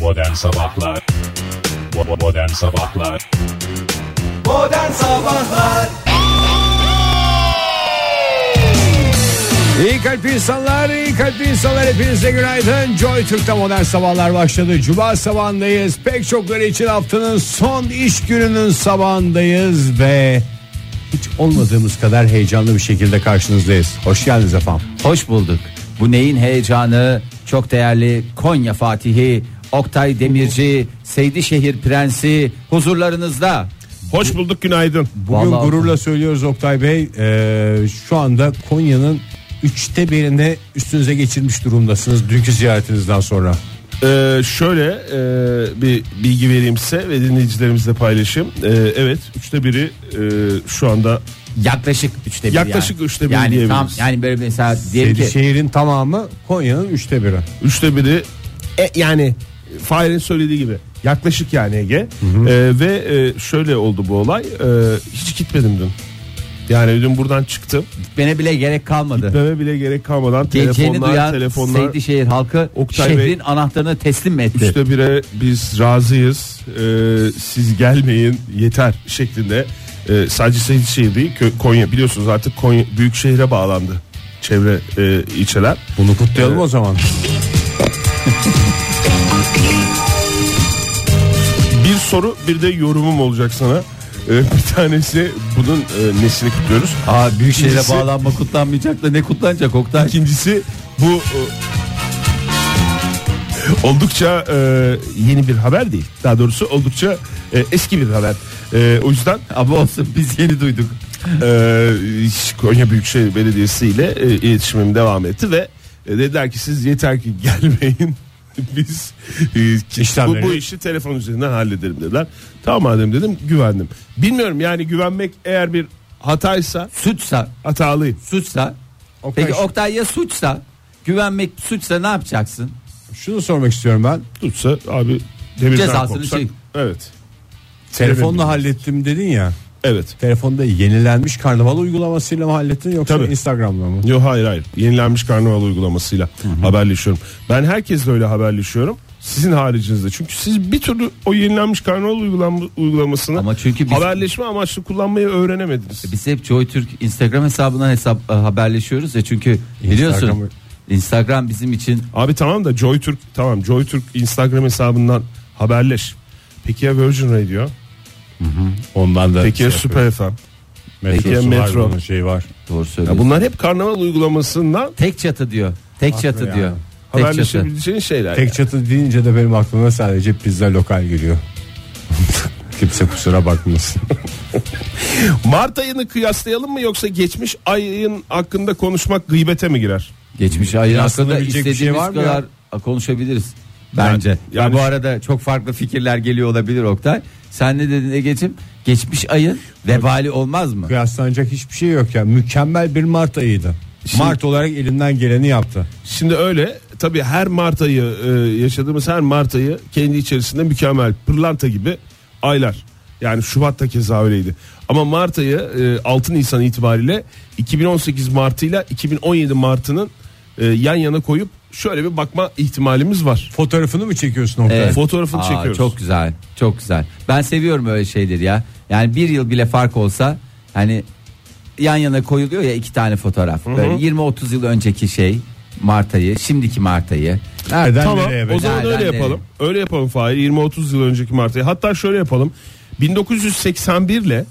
Modern Sabahlar Bo- Modern Sabahlar Modern Sabahlar İyi kalp insanlar, iyi kalp insanlar hepinize günaydın. Joy Türk'te modern sabahlar başladı. Cuma sabahındayız. Pek çokları için haftanın son iş gününün sabahındayız ve hiç olmadığımız kadar heyecanlı bir şekilde karşınızdayız. Hoş geldiniz efendim. Hoş bulduk. Bu neyin heyecanı? Çok değerli Konya Fatihi, Oktay Demirci, Seydişehir Prensi huzurlarınızda. Hoş bulduk günaydın. Bugün Vallahi- gururla söylüyoruz Oktay Bey. Ee, şu anda Konya'nın üçte birinde üstünüze geçirmiş durumdasınız dünkü ziyaretinizden sonra. Ee, şöyle e, bir bilgi vereyim size ve dinleyicilerimizle paylaşayım. Ee, evet üçte biri e, şu anda Yaklaşık üçte bir Yaklaşık yani. üçte bir yani tam diyebiliriz. yani böyle mesela diyelim Dedi ki şehrin tamamı Konya'nın üçte biri. üçte biri e, yani Fahir'in söylediği gibi yaklaşık yani Ege. Ee, ve e, şöyle oldu bu olay. Ee, hiç gitmedim dün. Yani dün buradan çıktım. bana bile gerek kalmadı. Gitmeme bile gerek kalmadan Geleceğini telefonlar duyan telefonlar Seydişehir halkı Oktay şehrin Bey- anahtarını teslim etti. Üçte bire biz razıyız. Ee, siz gelmeyin yeter şeklinde. Ee, sadece Seydişehir değil Kö- Konya biliyorsunuz artık Konya büyük şehre bağlandı. Çevre e, ilçeler. Ee, Bunu kutlayalım o zaman. Bir soru bir de yorumum olacak sana. Ee, bir tanesi bunun e, nesini kutluyoruz. Aa büyük şehre İkincisi- bağlanma kutlanmayacak da ne kutlanacak Oktay? İkincisi bu e, oldukça e, yeni bir haber değil. Daha doğrusu oldukça e, eski bir haber. E, o yüzden Ama olsun biz yeni duyduk. Ee, Konya Büyükşehir Belediyesi ile e, iletişimim devam etti ve e, dediler ki siz yeter ki gelmeyin. Biz e, ki- bu, İşlemleri- bu işi telefon üzerinden halledelim dediler. Tamam madem dedim güvendim. Bilmiyorum yani güvenmek eğer bir hataysa Suçsa hatalıyım. suçsa Peki Oktay ya suçsa güvenmek suçsa ne yapacaksın? Şunu sormak istiyorum ben. Tutsa abi demirden Cezasını kopsak. çek. Evet. Telefonla hallettim dedin ya. Evet. Telefonda yenilenmiş karnaval uygulamasıyla mı hallettin yoksa Tabii. Instagram'la mı? Yok hayır hayır. Yenilenmiş karnaval uygulamasıyla haberleşiyorum. Ben herkesle öyle haberleşiyorum. Sizin haricinizde. Çünkü siz bir türlü o yenilenmiş karnaval uygulam- uygulamasını Ama çünkü biz- E, haberleşme amaçlı kullanmayı öğrenemediniz. Biz hep Joy Türk Instagram hesabından hesap e, haberleşiyoruz ya çünkü biliyorsun Instagram'ı- Instagram bizim için Abi tamam da JoyTürk tamam JoyTürk Instagram hesabından haberleş. Peki ya Virgin Radio? Ondan da Peki ya Süper FM? Metro, Peki ya Metro? şey var. doğru Ya söylüyorsun. bunlar hep karnaval uygulamasından Tek çatı diyor. Tek çatı yani. diyor. Tek çatı. haberleşebileceğin şeyler. Tek çatı deyince de benim aklıma sadece pizza lokal geliyor. Kimse kusura bakmasın. Mart ayını kıyaslayalım mı yoksa geçmiş ayın hakkında konuşmak gıybete mi girer? Geçmiş ayın hakkında Yaslanabilecek bir şey istediğimiz var mı kadar konuşabiliriz. Bence. Yani- Ya yani- bu arada çok farklı fikirler geliyor olabilir Oktay. Sen ne dedin Ege'cim? Geçmiş ayın vebali olmaz mı? Kıyaslanacak hiçbir şey yok ya. Mükemmel bir Mart ayıydı. Şey- Mart olarak elinden geleni yaptı. Şimdi öyle tabii her Mart ayı e, yaşadığımız her Mart ayı kendi içerisinde mükemmel pırlanta gibi aylar. Yani Şubat'ta keza öyleydi. Ama Mart ayı e, 6 Nisan itibariyle 2018 Mart'ıyla 2017 Mart'ının e, yan yana koyup şöyle bir bakma ihtimalimiz var. Fotoğrafını mı çekiyorsun ortaya? Evet. Fotoğrafını Aa, çekiyoruz. Çok güzel. Çok güzel. Ben seviyorum öyle şeyleri ya. Yani bir yıl bile fark olsa hani yan yana koyuluyor ya iki tane fotoğraf. Böyle 20-30 yıl önceki şey Mart ayı, şimdiki Mart ayı. Nereden Tamam. nereye be? O zaman Nereden öyle yapalım. Öyle yapalım Fahir. 20-30 yıl önceki Mart ayı. Hatta şöyle yapalım. 1981 ile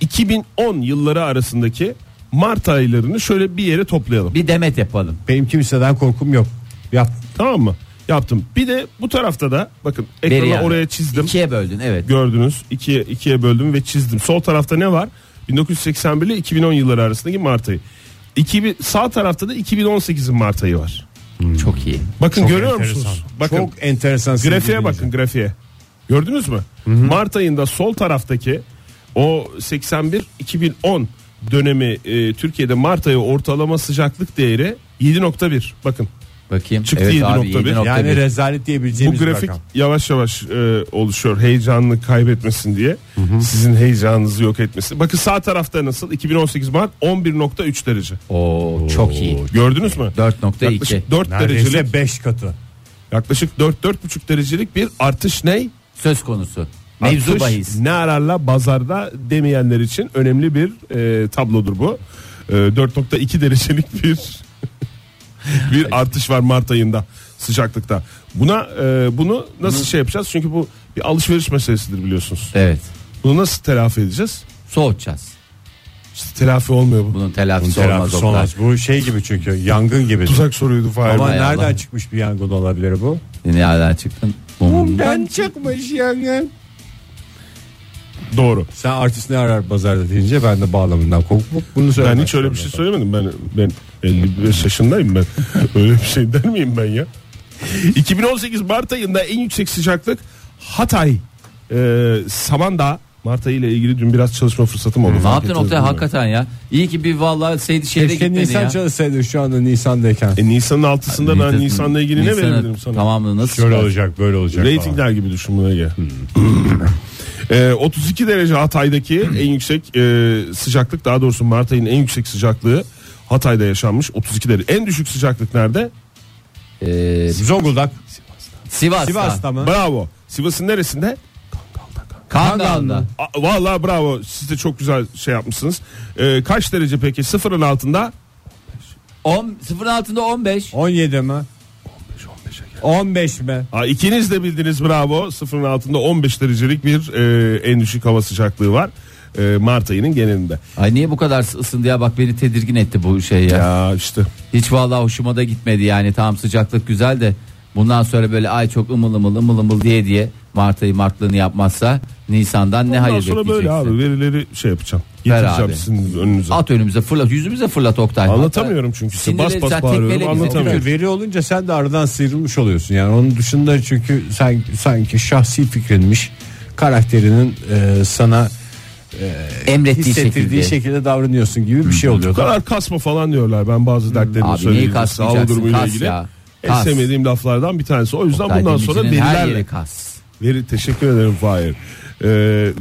2010 yılları arasındaki Mart aylarını şöyle bir yere toplayalım. Bir demet yapalım. Benim kimseden korkum yok. Yap. Tamam mı? Yaptım. Bir de bu tarafta da bakın Veri ekrana yani. oraya çizdim. İkiye böldün evet. Gördünüz. İkiye, ikiye böldüm ve çizdim. Sol tarafta ne var? 1981 ile 2010 yılları arasındaki Mart ayı. 2000, sağ tarafta da 2018'in Mart ayı var. Çok iyi. Bakın görüyor enteresan. musunuz? Bakın Çok enteresan. grafiğe sevgili bakın grafiğe. Gördünüz mü? Mart ayında sol taraftaki o 81-2010 dönemi e, Türkiye'de Mart ayı ortalama sıcaklık değeri 7.1. Bakın Bakayım. Çıktı evet abi, 7.1. 7.1. Yani Yani rezalet diyebileceğimiz Bu grafik bir rakam. yavaş yavaş e, oluşuyor heyecanını kaybetmesin diye. Sizin heyecanınızı yok etmesin. Bakın sağ tarafta nasıl? 2018 Mart 11.3 derece. Oo, çok iyi. Gördünüz mü? 4.2. Yaklaşık 4 Neredeyse derecelik 5 katı. Yaklaşık 4-4,5 derecelik bir artış ney? Söz konusu. Mevzu Artış bahis. Ne ararla bazarda demeyenler için önemli bir e, tablodur bu. E, 4.2 derecelik bir bir artış var Mart ayında sıcaklıkta. Buna e, bunu nasıl şey yapacağız? Çünkü bu bir alışveriş meselesidir biliyorsunuz. Evet. Bunu nasıl telafi edeceğiz? Soğutacağız. İşte telafi olmuyor bu. Bunun telafisi olmaz o Telafisi kadar. olmaz. Bu şey gibi çünkü yangın gibi. Tuzak soruydu Fahir. Ama Hay Allah. nereden çıkmış bir yangın olabilir bu? Nereden çıktın? Mumdan. çıkmış yangın. Doğru. Sen artist ne arar pazarda deyince ben de bağlamından kopup bunu söylemek Ben hiç öyle bir şey zorunda. söylemedim. Ben ben 55 yaşındayım ben. öyle bir şey der miyim ben ya? 2018 Mart ayında en yüksek sıcaklık Hatay e, Samandağ Mart ayı ile ilgili dün biraz çalışma fırsatım oldu. Ne Fark yaptın ettiniz Oktay mi? hakikaten ya. İyi ki bir vallahi seydi şehre Keşke gitmedin Nisan ya. çalışsaydın şu anda Nisan'dayken. E, Nisan'ın altısında ben Nisan'la ilgili ne Nisan'ın verebilirim sana? Tamamını nasıl? Şöyle çıkar? olacak böyle olacak. Ratingler gibi düşün buna göre. Hmm. Ee, 32 derece Hatay'daki en yüksek e, sıcaklık daha doğrusu Mart ayının en yüksek sıcaklığı Hatay'da yaşanmış 32 derece. En düşük sıcaklık nerede? Ee, falan. Zonguldak. Sivas'ta. Sivas'ta mı? Bravo. Sivas'ın neresinde? Kangal'da. A- Vallahi bravo. Siz de çok güzel şey yapmışsınız. Ee, kaç derece peki? Sıfırın altında? 10, sıfırın altında 15. 17 mi? 15 mi? Aa, ikiniz de bildiniz bravo. Sıfırın altında 15 derecelik bir e, en düşük hava sıcaklığı var. E, Mart ayının genelinde. Ay niye bu kadar ısındı ya bak beni tedirgin etti bu şey ya. Ya işte. Hiç vallahi hoşuma da gitmedi yani tamam sıcaklık güzel de bundan sonra böyle ay çok ımıl ımıl ımıl ımıl diye diye Mart ayı martlığını yapmazsa Nisan'dan ne Ondan hayır sonra böyle bekleyeceksin. abi verileri şey yapacağım. Ver Getireceğim abi. sizin önünüze. At önümüze fırlat yüzümüze fırlat Oktay. Anlatamıyorum çünkü. Sinirleri Bas bas sen bağırıyorum, tekmeyle bize anlatamıyorum. tükür. Tabii veri olunca sen de aradan sıyrılmış oluyorsun. Yani onun dışında çünkü sen sanki şahsi fikrinmiş karakterinin e, sana Emrettiği şekilde. hissettirdiği şekilde davranıyorsun gibi bir şey Bu oluyor. kadar kasma falan diyorlar. Ben bazı dertlerimi Hmm. Abi neyi söyleyeyim. Sağlık kasmayacaksın durumuyla kas ilgili. ya. En sevmediğim laflardan bir tanesi. O yüzden Oktay bundan sonra Demirci'nin her verilerle yeri kas. Veri teşekkür ederim Fahir. Ee,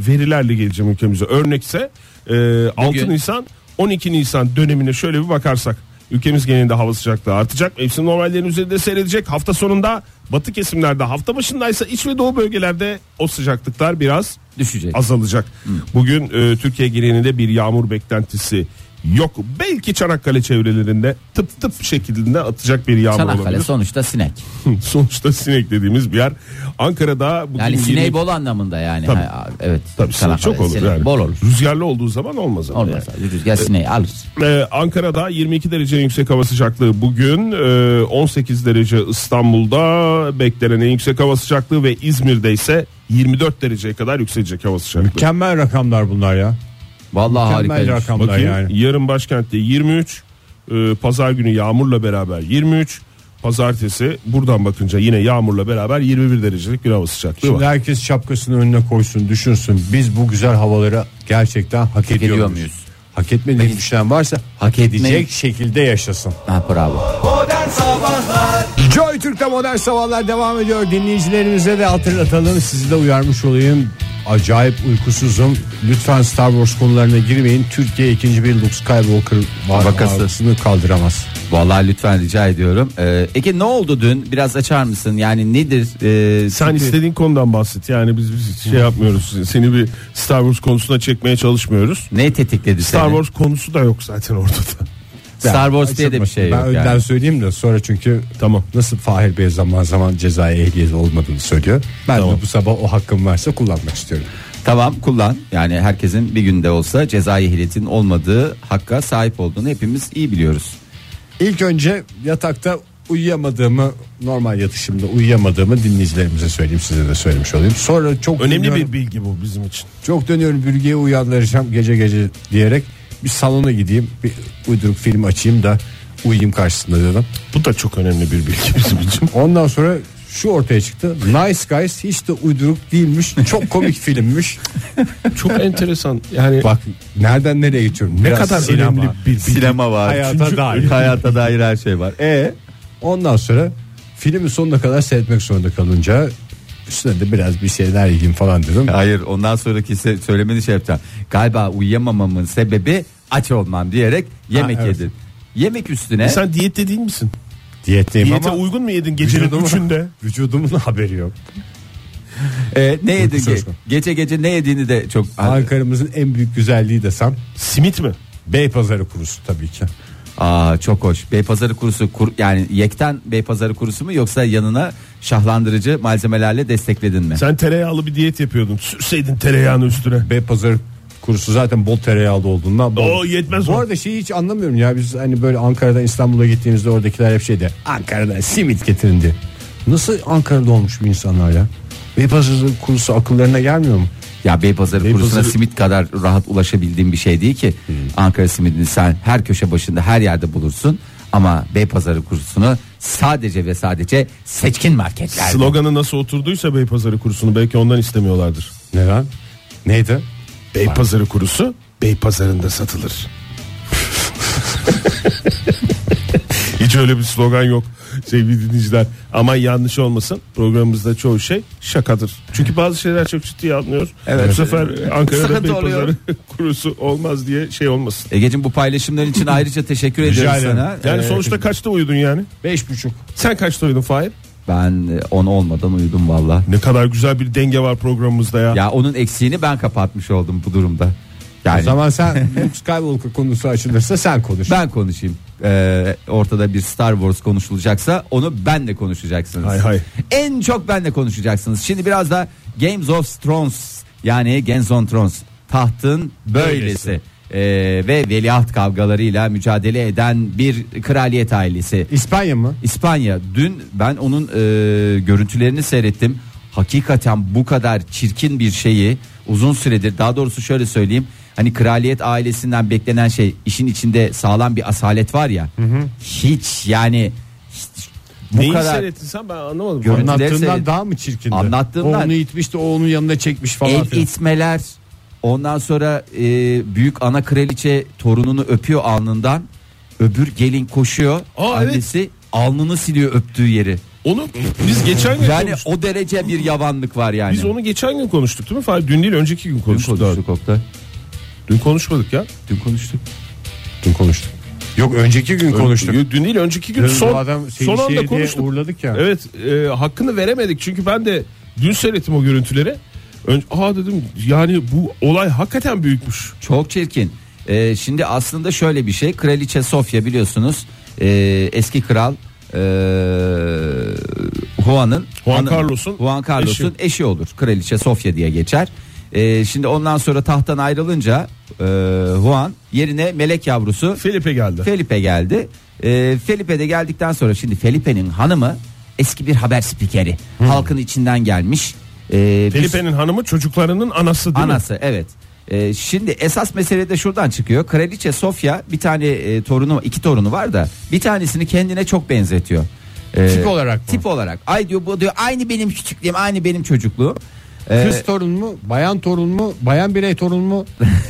verilerle geleceğim ülkemize. Örnekse e, 6 Nisan 12 Nisan dönemine şöyle bir bakarsak ülkemiz genelinde hava sıcaklığı artacak. Mevsim normallerinin üzerinde seyredecek. Hafta sonunda batı kesimlerde hafta başındaysa iç ve doğu bölgelerde o sıcaklıklar biraz Düşecek. azalacak. Bugün e, Türkiye genelinde bir yağmur beklentisi yok. Belki Çanakkale çevrelerinde tıp tıp şeklinde atacak bir yağmur Çanakkale olabilir. sonuçta sinek. Sonuçta sinek dediğimiz bir yer. Ankara'da bugün Yani yeni- sineği bol anlamında yani. Tabii. Ha, evet. Tabii sinek Çanakkale çok olur sineği yani. Bol olur. Rüzgarlı olduğu zaman olmaz ama. Olmaz. yani. Rüzgar sineği alır. Ee, Ankara'da 22 derece yüksek hava sıcaklığı bugün. ee, 18 derece İstanbul'da beklenen en yüksek hava sıcaklığı ve İzmir'de ise 24 dereceye kadar yükselecek hava sıcaklığı. Mükemmel rakamlar bunlar ya. Vallahi Mükemmel harika. şey. rakamlar Bakayım yani. yarın başkentte 23, ee, pazar günü yağmurla beraber 23, pazartesi buradan bakınca yine yağmurla beraber 21 derecelik bir hava sıcaklığı Şimdi var. herkes şapkasını önüne koysun düşünsün. Biz bu güzel havaları gerçekten hak, ediyor, ediyor muyuz? muyuz? Hak etmediğini düşünen varsa hak edecek etmeyi- şekilde yaşasın. Ha, bravo. Modern Sabahlar Joy Türk'te modern sabahlar devam ediyor. Dinleyicilerimize de hatırlatalım. Sizi de uyarmış olayım. Acayip uykusuzum. Lütfen Star Wars konularına girmeyin. Türkiye ikinci bir Luke Skywalker var- Vakası. vakasını kaldıramaz. Vallahi lütfen rica ediyorum. Ee, Ege ne oldu dün? Biraz açar mısın? Yani nedir? Ee, Sen çünkü- istediğin konudan bahset. Yani biz, biz şey yapmıyoruz. Seni bir Star Wars konusuna çekmeye çalışmıyoruz. ne tetikledi Star seni? Wars konusu da yok zaten ortada. Star Wars diye de bir şey ben yok önden yani. söyleyeyim de sonra çünkü Tamam. nasıl Fahir Bey zaman zaman cezai ehliyet olmadığını söylüyor. Ben de bu sabah o hakkım varsa kullanmak istiyorum. Tamam kullan. Yani herkesin bir günde olsa cezai ehliyetin olmadığı hakka sahip olduğunu hepimiz iyi biliyoruz. İlk önce yatakta uyuyamadığımı normal yatışımda uyuyamadığımı dinleyicilerimize söyleyeyim size de söylemiş olayım. Sonra çok Önemli dönüyorum, bir bilgi bu bizim için. çok dönüyorum bürgeye uyandıracağım gece gece diyerek bir salona gideyim bir uyduruk film açayım da uyuyayım karşısında dedim. Bu da çok önemli bir bilgi bizim için. Ondan sonra şu ortaya çıktı. Nice Guys hiç de uyduruk değilmiş. Çok komik filmmiş. Çok enteresan. Yani Bak nereden nereye geçiyorum. ne Biraz kadar sinema. önemli bir bilgi. Sinema var. Hayata Çünkü- dair. Hayata dair her şey var. E ondan sonra filmin sonuna kadar seyretmek zorunda kalınca üstüne de biraz bir şeyler yiyeyim falan dedim. Hayır ondan sonraki se- söylemeni şey yapacağım. Galiba uyuyamamamın sebebi aç olmam diyerek yemek evet. E, yedin. Yemek üstüne Sen diyette değil misin? Diyetteyim Diyete ama uygun mu yedin gecenin Vücudumun- üçünde? vücudumun haberi yok. Ee, ne yedin? söz ge- konusu. gece gece ne yediğini de çok Ankara'mızın en büyük güzelliği desem Simit mi? Beypazarı kurusu tabii ki. Aa çok hoş. Beypazarı kurusu kur, yani yekten Beypazarı kurusu mu yoksa yanına şahlandırıcı malzemelerle destekledin mi? Sen tereyağlı bir diyet yapıyordun. Sürseydin tereyağını üstüne. Beypazarı kurusu zaten bol tereyağlı olduğundan bol. Oo, yetmez Bu o. arada şeyi hiç anlamıyorum ya biz hani böyle Ankara'dan İstanbul'a gittiğimizde oradakiler hep şeyde Ankara'dan simit getirin diye. Nasıl Ankara'da olmuş bu insanlar ya? Beypazarı kurusu akıllarına gelmiyor mu? Ya Beypazarı Beypazarı- Hmm. kurusuna simit kadar rahat ulaşabildiğim bir şey değil ki. Ankara simidini sen her köşe başında her yerde bulursun ama Beypazarı kurusunu sadece ve sadece seçkin marketlerde. Sloganı nasıl oturduysa Beypazarı kurusunu belki ondan istemiyorlardır. Neden? Neydi? Beypazarı kurusu Beypazarı'nda satılır. Hiç öyle bir slogan yok sevgili dinleyiciler. Ama yanlış olmasın programımızda çoğu şey şakadır. Çünkü bazı şeyler çok ciddiye alınıyor. Evet. Bu sefer Ankara'da Sıkıntı Beypazarı oluyor. kurusu olmaz diye şey olmasın. Egeciğim bu paylaşımların için ayrıca teşekkür ediyorum ederim. sana. Yani Ee, sonuçta kaçta uyudun yani? Beş buçuk. Sen kaçta uyudun Fahir? ben 10 olmadan uyudum valla. Ne kadar güzel bir denge var programımızda ya. Ya onun eksiğini ben kapatmış oldum bu durumda. Yani O zaman sen Luke Skywalker konusu açılırsa sen konuş. ben konuşayım. Ee, ortada bir Star Wars konuşulacaksa onu benle konuşacaksınız. Hay hay. En çok benle konuşacaksınız. Şimdi biraz da Games of Thrones yani Games on Thrones tahtın böylesi. Ee, ve veliaht kavgalarıyla mücadele eden bir kraliyet ailesi. İspanya mı? İspanya dün ben onun e, görüntülerini seyrettim. Hakikaten bu kadar çirkin bir şeyi uzun süredir daha doğrusu şöyle söyleyeyim. Hani kraliyet ailesinden beklenen şey işin içinde sağlam bir asalet var ya. Hiç yani hiç, bu Neyi kadar seyrettin sen ben anlamadım. Görün- Anlattığından seyret- daha mı çirkindi? Anlattığımdan- O onu itmiş de o onun yanına çekmiş falan. el filan. itmeler. Ondan sonra e, büyük ana kraliçe torununu öpüyor alnından. Öbür gelin koşuyor. Aa, evet. annesi alnını siliyor öptüğü yeri. Onu biz geçen gün Yani konuştuk. o derece bir yavanlık var yani. Biz onu geçen gün konuştuk değil mi? Fahir dün değil önceki gün Dün konuştuk. daha. konuştuk Oktay. Dün konuşmadık ya. Dün konuştuk. Dün konuştuk. Yok önceki gün konuştuk. Dün değil önceki gün Dün son, bu adam seni son şey anda diye konuştuk. uğurladık ya. Evet e, hakkını veremedik çünkü ben de dün seyrettim o görüntüleri. Ön, Aa dedim yani bu olay hakikaten büyükmüş. Çok çirkin. Ee, şimdi aslında şöyle bir şey. Kraliçe Sofya biliyorsunuz e, eski kral e, Juan'ın Juan hanım- Carlos'un Juan Carlos'un eşi. olur. Kraliçe Sofya diye geçer. Ee, şimdi ondan sonra tahttan ayrılınca e, Juan yerine melek yavrusu Felipe geldi. Felipe geldi. Ee, Felipe de geldikten sonra şimdi Felipe'nin hanımı eski bir haber spikeri. Halkın içinden gelmiş. Ee, bir Felipe'nin hanımı çocuklarının anası değil mi? Anası evet. Ee, şimdi esas mesele de şuradan çıkıyor. Kraliçe Sofya bir tane e, torunu iki torunu var da bir tanesini kendine çok benzetiyor. Ee, Tip olarak mı? Tip olarak. Ay diyor bu diyor aynı benim küçüklüğüm aynı benim çocukluğum. Ee, Kız torun mu? Bayan torun mu? Bayan birey torun mu?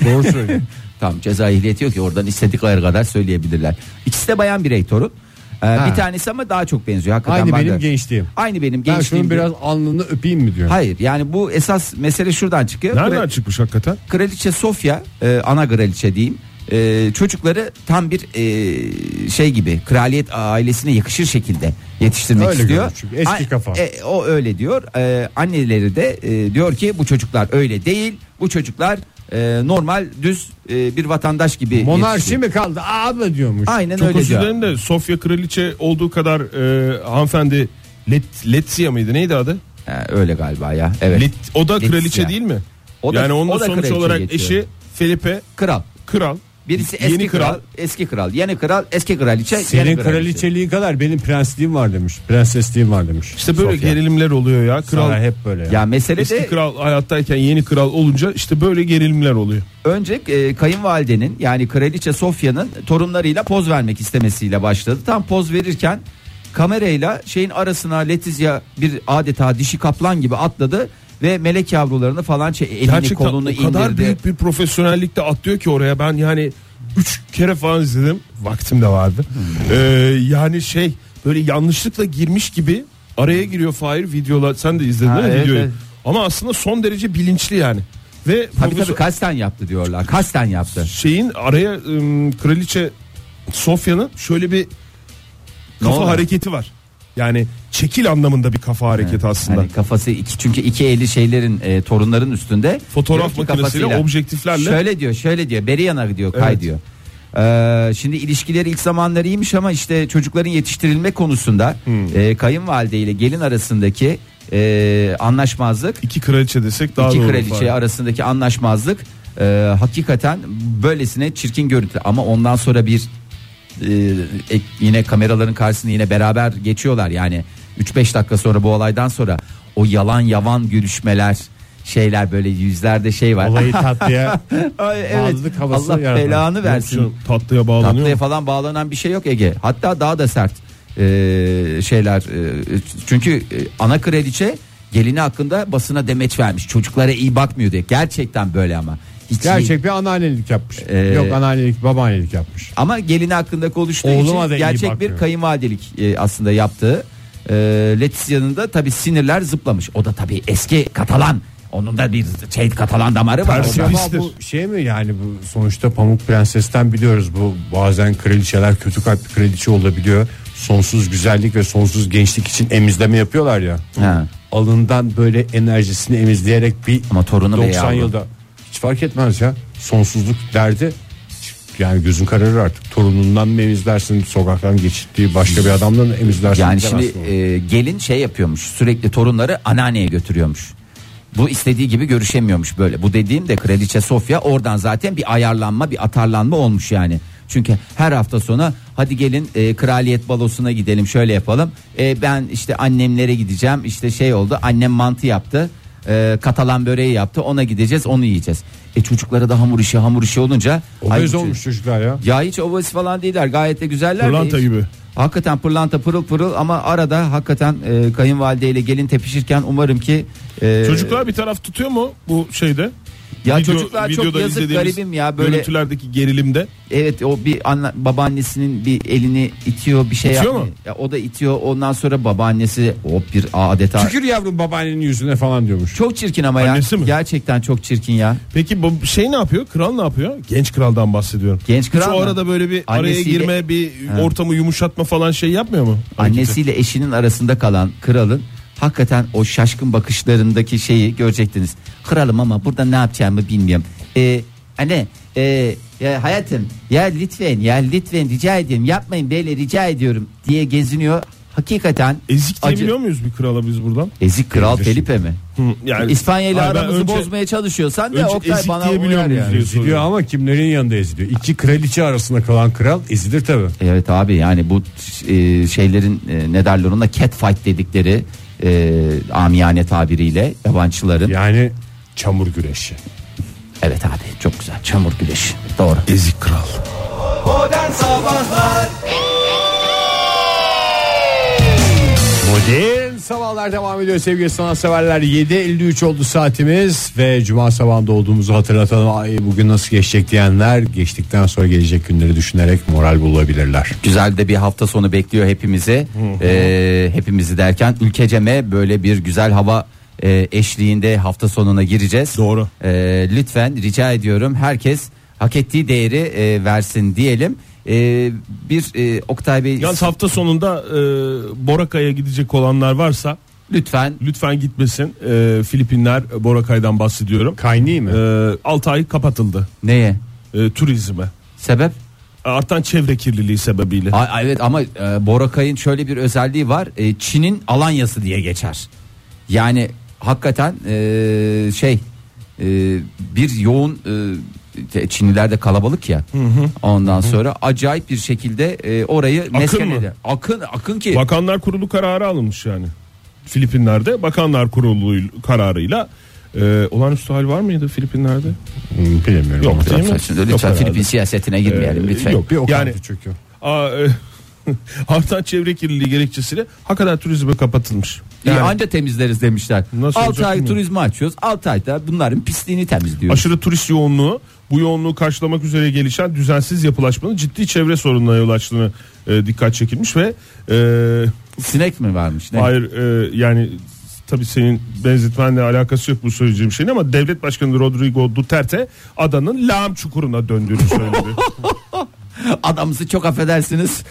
Doğru söylüyor. Tamam ceza ehliyeti yok ki oradan istedikleri kadar söyleyebilirler. İkisi de bayan birey torun. Ee, bir tanesi ama daha çok benziyor. Hakikaten Aynı ben benim de- gençliğim. Aynı benim ben gençliğim. şunun diyor. biraz alnını öpeyim mi diyor. Hayır yani bu esas mesele şuradan çıkıyor. Nereden Kral- çıkmış hakikaten? Kraliçe Sofya e, ana kraliçe diyeyim e, çocukları tam bir e, şey gibi kraliyet ailesine yakışır şekilde yetiştirmek Öyle istiyor. görünüyor çünkü, eski Ay- kafa. e, o öyle diyor. E, anneleri de e, diyor ki bu çocuklar öyle değil. Bu çocuklar e, normal düz e, bir vatandaş gibi. Monarşi yetişiyor. mi kaldı? Abla diyormuş. Aynen Çok öyle özür diyor. dilerim de Sofya Kraliçe olduğu kadar e, hanımefendi Let, Letizia mıydı neydi adı? Ha, öyle galiba ya. Evet. Let, o da Letizia. kraliçe değil mi? O da- yani onun o da sonuç kraliçe olarak geçiyor. eşi Felipe Kral. kral. Birisi Yeni eski kral, eski kral, yeni kral, eski kraliçe, Senin yeni kraliçe. kraliçeliğin kadar benim prensliğim var demiş. Prensesliğim var demiş. İşte böyle Sofya. gerilimler oluyor ya. Kral Saray hep böyle. Ya. Ya mesele eski de kral hayattayken yeni kral olunca işte böyle gerilimler oluyor. Önce e, kayınvalidenin yani kraliçe Sofya'nın torunlarıyla poz vermek istemesiyle başladı. Tam poz verirken kamerayla şeyin arasına Letizia bir adeta dişi kaplan gibi atladı ve melek yavrularını falan şey, elini Gerçekten kolunu o kadar indirdi. büyük bir profesyonellikle atlıyor ki oraya ben yani 3 kere falan izledim. Vaktim de vardı. Hmm. Ee, yani şey böyle yanlışlıkla girmiş gibi araya giriyor Fahir videolar. Sen de izledin Ha, değil mi evet, videoyu? evet. Ama aslında son derece bilinçli yani. Ve Tabii profesyon- tabii kasten yaptı diyorlar. Kasten yaptı. şeyin araya ım, kraliçe Sofya'nın şöyle bir kafa oldu? hareketi var. Yani çekil anlamında bir kafa hareketi aslında. Hani kafası iki çünkü iki eli şeylerin e, torunların üstünde Fotoğraf Diyor ki makinesiyle, kafasıyla, objektiflerle. Şöyle diyor, şöyle diyor. Beri yana diyor, kay Evet. diyor. Ee, şimdi ilişkileri ilk zamanları iyiymiş ama işte çocukların yetiştirilme konusunda Hmm. e, kayınvalide ile gelin arasındaki e, anlaşmazlık İki kraliçe desek daha iki doğru. kraliçe Fahir. arasındaki anlaşmazlık e, hakikaten böylesine çirkin görüntü ama ondan sonra bir e, ek- yine kameraların karşısında yine beraber geçiyorlar yani 3-5 dakika sonra bu olaydan sonra o yalan yavan gülüşmeler şeyler böyle yüzlerde şey var. Olayı tatlıya Ay, Bağlılık havası Allah yaratmak. belanı versin. Şu tatlıya bağlanıyor. Tatlıya falan bağlanan bir şey yok Ege. Hatta daha da sert e, şeyler. e, çünkü e, ana kraliçe gelini hakkında basına demeç vermiş. Çocuklara iyi bakmıyor diye. Gerçekten böyle ama. Hiç iyi- gerçek bir anneannelik yapmış. Ee, Yok anneannelik babaannelik yapmış. Ama gelini hakkında konuştuğu Oğluma da için iyi gerçek bakmıyor. bir kayınvalidelik e, aslında yaptığı. E, Letizia'nın da tabi sinirler zıplamış. O da tabi eski Katalan. Onun da bir şey Katalan damarı var. Tersi O da- Ama Pistir. bu şey mi yani bu sonuçta Pamuk Prenses'ten biliyoruz bu bazen kraliçeler kötü kalpli kraliçe olabiliyor. Sonsuz güzellik ve sonsuz gençlik için emizleme yapıyorlar ya. Ha. Alından böyle enerjisini emizleyerek bir Ama torunu be 90 yavrum. yılda hiç fark etmez ya. Sonsuzluk derdi yani gözün kararır artık. Torunundan mı emizlersin, sokaktan geçirdiği başka bir adamdan mı emizlersin? Yani bilemezsin şimdi onu. e, gelin şey yapıyormuş sürekli torunları anneanneye götürüyormuş. Bu istediği gibi görüşemiyormuş böyle. Bu dediğim de Kraliçe Sofya oradan zaten bir ayarlanma bir atarlanma olmuş yani. Çünkü her hafta sonu hadi gelin e, kraliyet balosuna gidelim şöyle yapalım. E, ben işte annemlere gideceğim işte şey oldu annem mantı yaptı. E, Katalan böreği yaptı ona gideceğiz onu yiyeceğiz. E çocuklara da hamur işi hamur işi olunca. ay bu Obez çocuk- olmuş çocuklar ya. ya hiç obez falan değiller gayet de güzeller. de Pırlanta hiç- gibi. Hakikaten pırlanta pırıl pırıl ama arada hakikaten e, kayınvalideyle gelin tepişirken umarım ki e, Çocuklar bir taraf tutuyor mu bu şeyde? Ya çocuklar çok videoda yazık, izlediğimiz garibim ya, böyle- Görüntülerdeki gerilimde evet o bir anne, babaannesinin bir elini itiyor bir şey İtiyor yapmıyor. mu? Ya, o da itiyor ondan sonra babaannesi hop bir adeta Tükür yavrum babaannenin yüzüne falan diyormuş. çok çirkin ama ya. Annesi mi? Gerçekten çok çirkin ya. Peki bu şey ne yapıyor? Kral ne yapıyor? Genç kraldan bahsediyorum. Genç kral Hiç o mı? arada böyle bir araya Annesiyle- girme, bir ortamı yumuşatma falan şey yapmıyor mu? annesiyle eşinin arasında kalan kralın hakikaten o şaşkın bakışlarındaki şeyi görecektiniz. Kralım ama burada ne yapacağımı bilmiyorum. Ee, anne ee, ya hayatım ya lütfen ya lütfen rica ediyorum yapmayın böyle rica ediyorum diye geziniyor. Hakikaten Ezik acı- diyebiliyor muyuz bir krala biz buradan? Ezik kral Felipe mi? Yani İspanya ile Hayır, ben aramızı önce- bozmaya çalışıyorsan önce da Oktay ezik bana diyebiliyor uyar muyuz yani. diyor. Eziliyor ama kimlerin yanında eziliyor? İki kraliçe arasında kalan kral ezilir tabi. Evet abi yani bu e, şeylerin e, ne derler ona catfight dedikleri e, amiyane tabiriyle yabancıların Yani çamur güreşi. Evet abi çok güzel çamur güneşi doğru. Ezik kral. Modern Sabahlar Modern sabahlar devam ediyor sevgili sanatseverler. 7.53 oldu saatimiz ve cuma sabahında olduğumuzu hatırlatalım. Ay, bugün nasıl geçecek diyenler geçtikten sonra gelecek günleri düşünerek moral bulabilirler. Güzel de bir hafta sonu bekliyor hepimizi. Ee, hepimizi derken ülkeceme böyle bir güzel hava e, eşliğinde hafta sonuna gireceğiz. Doğru. Ee, lütfen rica ediyorum herkes hak ettiği değeri e, versin diyelim. Ee, bir e, Oktay Bey Yalnız hafta sonunda e, Boracay'a gidecek olanlar varsa lütfen lütfen gitmesin. E, Filipinler Boracay'dan bahsediyorum. Kayni mi? E, 6 ay kapatıldı neye? e, turizme. Sebep? Artan çevre kirliliği sebebiyle. Ay, ay, evet ama e, Boracay'ın şöyle bir özelliği var. E, Çin'in Alanya'sı diye geçer. Yani hakikaten e, şey e, bir yoğun e, te- Çinliler de kalabalık ya. Ondan sonra acayip bir şekilde e, orayı mesken mı? eder. Akın akın ki Bakanlar Kurulu kararı alınmış yani. Filipinler'de Bakanlar Kurulu kararıyla e, olağanüstü hal var mıydı Filipinler'de? Hmm, Bilemiyorum. Yok değil mi? Şimdi Yok lütfen herhalde. Filipin siyasetine girmeyelim Ee, lütfen. yok. Bir o Yani- yani, çünkü. Aa, e, artan çevre kirliliği gerekçesiyle hakikaten turizme kapatılmış. İyi, Yani anca temizleriz demişler. Nasıl 6 olacak ay bilmiyorum. turizmi açıyoruz. 6 ayda bunların pisliğini temizliyoruz. aşırı turist yoğunluğu bu yoğunluğu karşılamak üzere gelişen düzensiz yapılaşmanın ciddi çevre sorununa yol açtığını e, dikkat çekilmiş ve e, Sinek mi varmış? Ne? hayır e, yani tabii senin benzetmenle alakası yok bu söyleyeceğim şeyin ama devlet başkanı Rodrigo Duterte adanın lağım çukuruna döndüğünü söyledi. Adamızı çok affedersiniz.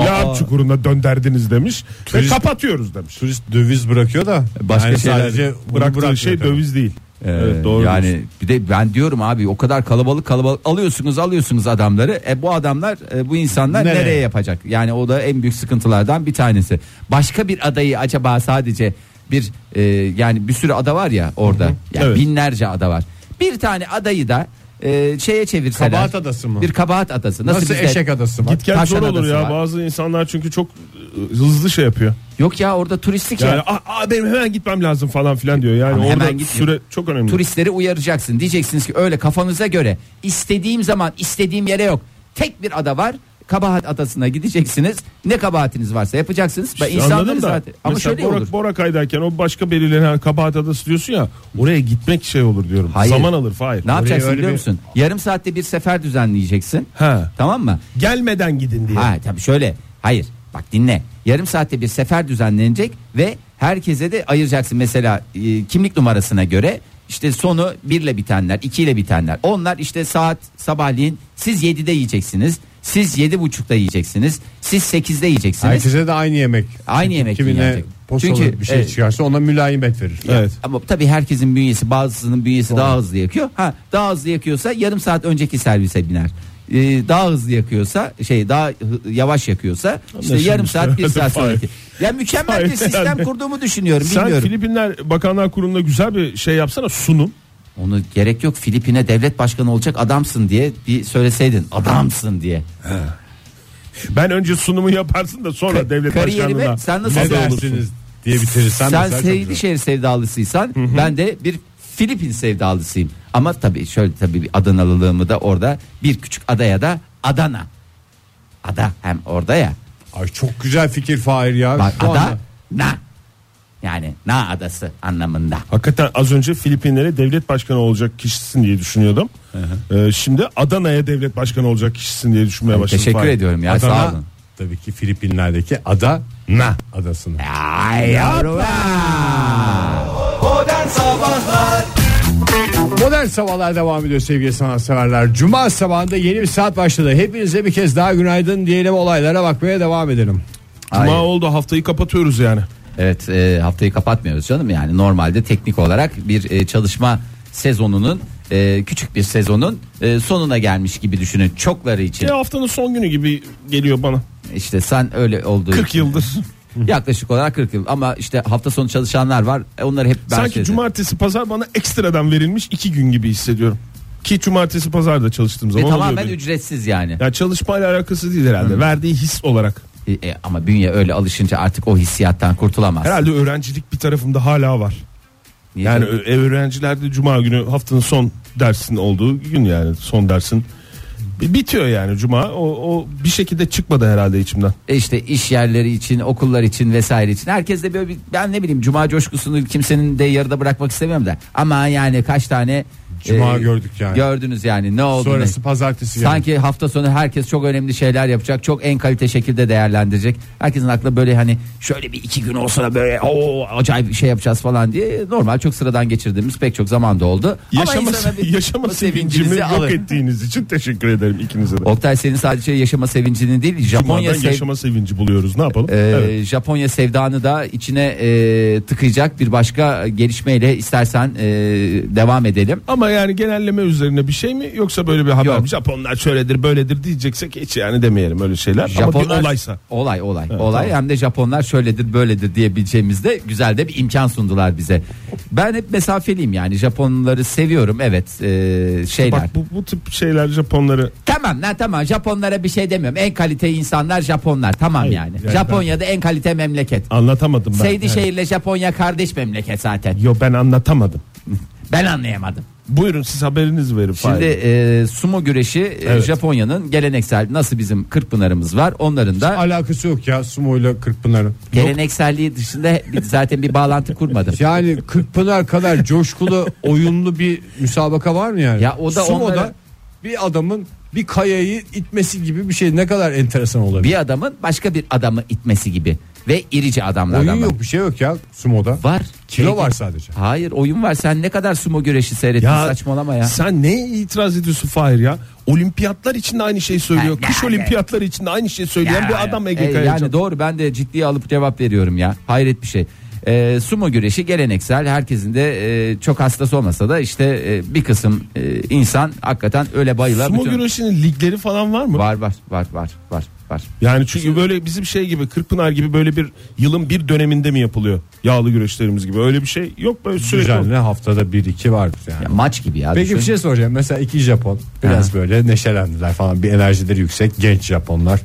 Lağım çukuruna dönderdiniz demiş. Turist- Ve kapatıyoruz demiş. Turist döviz bırakıyor da Başka şeyler- sadece bunu Bıraktığı bırakmıyor şey tabii. döviz değil. Ee, evet doğru. yani diyorsun. bir de ben diyorum abi o kadar kalabalık kalabalık alıyorsunuz alıyorsunuz adamları. E bu adamlar e, bu insanlar nereye? Nereye? yapacak? Yani o da en büyük sıkıntılardan bir tanesi. Başka bir adayı acaba sadece bir e, yani bir sürü ada var ya orada. Yani Evet. binlerce ada var. Bir tane adayı da e, şeye çevirseler. Kabahat adası mı? Bir kabahat adası. Nasıl, Nasıl bizde- eşek adası var? Git gel Tavşan zor olur adası ya var. bazı insanlar çünkü çok e, hızlı şey yapıyor. Yok ya orada turistik Yani yer. "Aa, aa, benim hemen gitmem lazım falan filan diyor. Yani Ama orada hemen gitmiyor. süre çok önemli. turistleri uyaracaksın. Diyeceksiniz ki öyle kafanıza göre istediğim zaman istediğim yere yok. Tek bir ada var. Kabahat adasına gideceksiniz. Ne kabahatiniz varsa yapacaksınız. Ben insanları Anladım da. zaten. Ama mesela şöyle Borak- olur. Borakay'dayken o başka belirlenen kabahat adası diyorsun ya oraya gitmek şey olur diyorum. Hayır. Zaman alır Fahir. ne yapacaksın öyle biliyor bir- musun? Yarım saatte bir sefer düzenleyeceksin. Ha. Tamam mı? Gelmeden gidin diye. Ha tabii şöyle. Hayır. Bak dinle. Yarım saatte bir sefer düzenlenecek ve herkese de ayıracaksın mesela e, kimlik numarasına göre işte sonu birle bitenler, ikiyle bitenler. Onlar işte saat sabahleyin siz 7'de yiyeceksiniz. Siz yedi buçukta yiyeceksiniz. Siz 8'de yiyeceksiniz. Herkese de aynı yemek. Aynı yemek Kimine yiyecek. posalı Çünkü, bir şey evet. çıkarsa ona mülayimet verir. Evet. Ama tabii herkesin bünyesi bazısının bünyesi daha hızlı yakıyor. Ha daha hızlı yakıyorsa yarım saat önceki servise biner. Ee, daha hızlı yakıyorsa şey daha hı- yavaş yakıyorsa işte Anlaşılmıştır. yarım saat bir Hadi saat Fahir. sonraki. Ya mükemmel bir Fahir, sistem herhalde. kurduğumu düşünüyorum Sen bilmiyorum. Filipinler Bakanlar Kurulu'nda güzel bir şey yapsana sunum. Onu gerek yok Filipin'e devlet başkanı olacak adamsın diye bir söyleseydin adamsın diye. Ben önce sunumu yaparsın da sonra devlet kariyerime başkanlığına. sen nasıl aday Ne Nasıl dersiniz diye bitirirsen Sen mesela çok güzel. Seydişehir sevdalısıysan ben de bir Filipin sevdalısıyım. Ama tabii şöyle tabii bir Adanalılığımı da orada bir küçük adaya da Adana. Ada hem orada ya. Ay çok güzel fikir Fahir ya. Bak Şu ada anda- na. Yani na adası anlamında. Hakikaten az önce Filipinlere devlet başkanı olacak kişisin diye düşünüyordum. Ee, şimdi Adana'ya devlet başkanı olacak kişisin diye düşünmeye başladım. Teşekkür Fahir. ediyorum ya Adana, sağ olun. Tabii ki Filipinler'deki ada Na adasını. Ay yavrum. Modern Sabahlar Modern sabahlar devam ediyor sevgili sanatseverler. Cuma sabahında yeni bir saat başladı. Hepinize bir kez daha günaydın diyelim olaylara bakmaya devam edelim. Cuma Ay. oldu haftayı kapatıyoruz yani. Evet e, haftayı kapatmıyoruz canım yani normalde teknik olarak bir e, çalışma sezonunun e, küçük bir sezonun e, sonuna gelmiş gibi düşünün çokları için. Ya haftanın son günü gibi geliyor bana. İşte sen öyle olduğu 40 için. yıldır. şey Yaklaşık olarak 40 yıl ama işte hafta sonu çalışanlar var. E, Onları hep ben Sanki şey- cumartesi pazar bana ekstradan verilmiş iki gün gibi hissediyorum. Ki cumartesi pazar da çalıştığım ve zaman E, tamamen oluyor benim. ücretsiz yani. Ya çalışmayla alakası değil herhalde. Verdiği his olarak. E, e, ama bünye öyle alışınca artık o hissiyattan kurtulamaz. Herhalde öğrencilik bir tarafımda hala var. Niye Yani böyle- ö- ev öğrencilerde cuma günü haftanın son dersin olduğu gün yani son dersin B- bitiyor yani cuma. O, o bir şekilde çıkmadı herhalde içimden. E işte iş yerleri için, okullar için vesaire için herkes de böyle bir, ben ne bileyim cuma coşkusunu kimsenin de yarıda bırakmak istemiyorum da. Ama yani kaç tane e, Cuma gördük yani. Gördünüz yani ne oldu? ne- Sonrası pazartesi geldi. Sanki hafta sonu herkes çok önemli şeyler yapacak. Çok en kalite şekilde değerlendirecek. Herkesin aklı böyle hani şöyle bir iki gün olsa da böyle o acayip bir şey yapacağız falan diye normal çok sıradan geçirdiğimiz pek çok zaman da oldu. Ama Yaşama, insana bir- yaşama o sevincimi yok alın. ettiğiniz için teşekkür ederim ikinize de. Oktay senin sadece yaşama sevincini değil Japonya Cuma'dan sev- yaşama sevinci buluyoruz ne yapalım? e, Evet. Japonya sevdanı da içine e, tıkayacak bir başka gelişmeyle istersen e, devam edelim. Ama yani genelleme üzerine bir şey mi yoksa böyle bir haber Yok. mi? Japonlar şöyledir böyledir diyeceksek hiç yani demeyelim öyle şeyler. Ama bir olaysa. Olay olay. olay hem de Japonlar şöyledir böyledir diyebileceğimizde güzel de bir imkan sundular bize. Ben hep mesafeliyim yani Japonları seviyorum evet e, şeyler. Bak bu, bu tip şeyler Japonları Tamam lan tamam Japonlara bir şey demiyorum. En kalite insanlar Japonlar tamam Hayır, yani. yani ben- Japonya'da en kalite memleket. anlatamadım ben. Yani. Seydişehir'le Japonya kardeş memleket zaten. Yo ben anlatamadım. Ben anlayamadım. Buyurun siz haberinizi verin. Şimdi Fahir. e, sumo güreşi e, Evet. Japonya'nın geleneksel nasıl bizim Kırkpınar'ımız var onların da Alakası yok ya Sumo ile Kırkpınar'ın. gelenekselliği dışında bir- zaten bir bağlantı kurmadım. Yani Kırkpınar kadar coşkulu oyunlu bir müsabaka var mı yani? Ya o da Sumo'da onlara- bir adamın bir kayayı itmesi gibi bir şey ne kadar enteresan olabilir. Bir adamın başka bir adamı itmesi gibi. ve irici adamlardan. Oyun var. yok bir şey yok ya sumoda. Var. Şey- Kilo Şeyde- var sadece. Hayır oyun var. Sen ne kadar sumo güreşi seyrettin saçmalama ya. Sen ne itiraz ediyorsun Fahir ya? Olimpiyatlar için de aynı şeyi söylüyor. Ya, Kış ya, olimpiyatları için de aynı şeyi söyleyen Ya, bir adam Ege e, Kayacan. Yani doğru ben de ciddiye alıp cevap veriyorum ya. Hayret bir şey. E, sumo güreşi geleneksel herkesin de e, çok hastası olmasa da işte e, bir kısım e, insan hakikaten öyle bayıla Sumo bütün- güreşinin ligleri falan var mı? var var var var var var. Yani çünkü böyle bizim şey gibi Kırkpınar gibi böyle bir yılın bir döneminde mi yapılıyor? Yağlı güreşlerimiz gibi öyle bir şey yok böyle sürekli. Düzenli haftada 1-2 vardır yani. Ya, maç gibi ya. Peki düşün. bir şey soracağım. Mesela iki Japon biraz böyle neşelendiler falan. Bir enerjileri yüksek genç Japonlar.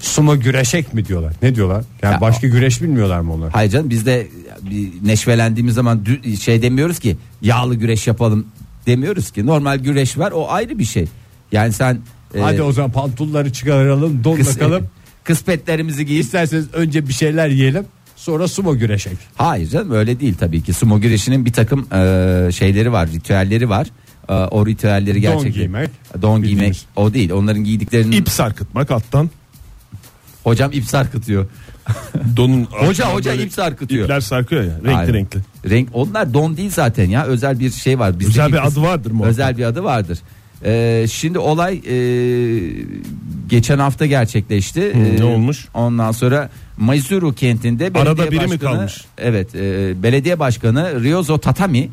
Sumo güreşek mi diyorlar? Ne diyorlar? Yani Ya, başka güreş bilmiyorlar mı onlar? Hayır canım biz de bir neşvelendiğimiz zaman dü- şey demiyoruz ki yağlı güreş yapalım demiyoruz ki. Normal güreş var o ayrı bir şey. Yani sen e, Hadi o zaman pantulları çıkaralım, don kıs- takalım. kıspetlerimizi giy. İsterseniz önce bir şeyler yiyelim, sonra sumo güreşek. Hayır canım öyle değil tabii ki. Sumo güreşinin bir takım e, şeyleri var, ritüelleri var. E, o ritüelleri gerçekten giymek. Don giymek Bildiğimiz. o değil. Onların giydiklerinin İp sarkıtmak alttan. hocam ip sarkıtıyor. Donun Hoca, altından hoca böyle ip sarkıtıyor. İpler sarkıyor ya renkli Hayır. renkli. Renk onlar don değil zaten ya. Özel bir şey var bizdeki. Özel bir kız- adı vardır muhakkak. Özel bir adı vardır. E, şimdi olay e, geçen hafta gerçekleşti. ne E, olmuş? Ondan sonra Maizuru kentinde belediye Arada biri mi başkanı- kalmış? Evet, e, belediye başkanı Ryozo Tatami e,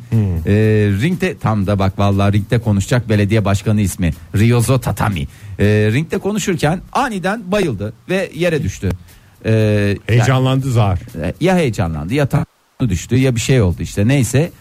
ringde tam da bak vallahi ringde konuşacak belediye başkanı ismi Ryozo Tatami. E, ringde konuşurken aniden bayıldı ve yere düştü. E, yani- Heyecanlandı zar. e, ya heyecanlandı ya tansiyonu düştü ya bir şey oldu işte neyse.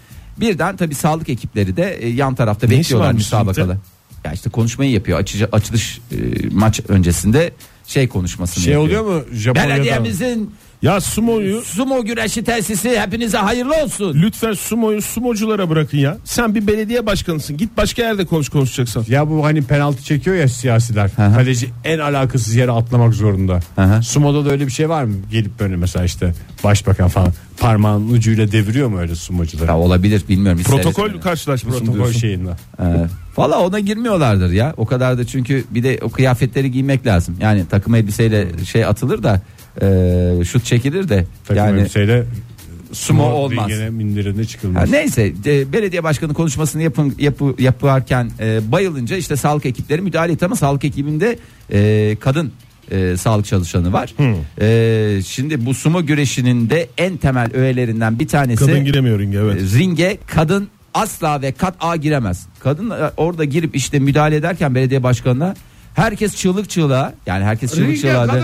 Birden tabii sağlık ekipleri de e, yan tarafta işi bekliyorlar varmış müsabakalı. ringde? Ya işte konuşmayı yapıyor açıcı, açılış e, maç öncesinde şey konuşmasını Şey yapıyor. oluyor mu Japonya'da? Belediyemizin Ya sumoyu sumo güreşi tesisi hepinize hayırlı olsun. lütfen sumoyu sumoculara bırakın ya. Sen bir belediye başkanısın git başka yerde konuş konuşacaksan. Ya bu hani penaltı çekiyor ya siyasiler. hı. Kaleci en alakasız yere atlamak zorunda. Hı hı. Sumo'da da öyle bir şey var mı? Gelip böyle mesela işte başbakan falan parmağının ucuyla deviriyor mu öyle sumocuları? Ya olabilir bilmiyorum. hiç Protokol seyretmedim. karşılaşması mı Protokol şey- diyorsun? şeyinde. Ee, Valla ona girmiyorlardır ya. O kadar da çünkü bir de o kıyafetleri giymek lazım. Yani takım elbiseyle şey atılır da e, şut çekilir de. Takım yani elbiseyle sumo sumo olmaz. ringine minderine Ha, çıkılmaz. neyse e, belediye başkanı konuşmasını yapın, yapı, yaparken e, bayılınca işte sağlık ekipleri müdahale etti ama sağlık ekibinde e, kadın e, sağlık çalışanı var. E, şimdi bu sumo güreşinin de en temel öğelerinden bir tanesi e, Kadın giremiyor ringe evet. ringe kadın asla ve kat a giremez. Kadın e, orada girip işte müdahale ederken belediye başkanına herkes çığlık çığlığa yani herkes çığlık çığlığa. da-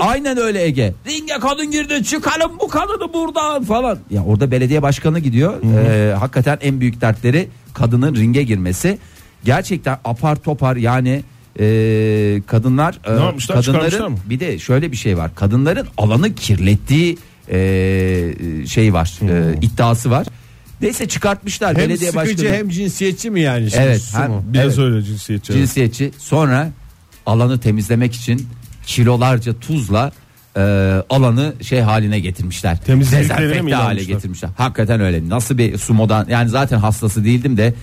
Aynen öyle Ege. Ringe kadın girdi çıkarın bu kadını buradan falan. Ya orada belediye başkanı gidiyor. Ee, hakikaten en büyük dertleri kadının ringe girmesi. Gerçekten apar topar yani e, kadınlar e, Ne yapmışlar, çıkarmışlar kadınların mı? bir de şöyle bir şey var. Kadınların alanı kirlettiği e, şey var. e, iddiası var. Neyse çıkartmışlar Hem belediye sıkıcı başkanı. hem cinsiyetçi mi yani? şimdi Evet, sumo? hem- Biraz Evet. öyle cinsiyetçi. evet. cinsiyetçi. Sonra alanı temizlemek için kilolarca tuzla e, alanı şey haline getirmişler. Temizlediklerine mi Dezenfekte hale inanmışlar? getirmişler. Hakikaten öyle. Nasıl bir sumodan yani zaten hastası değildim de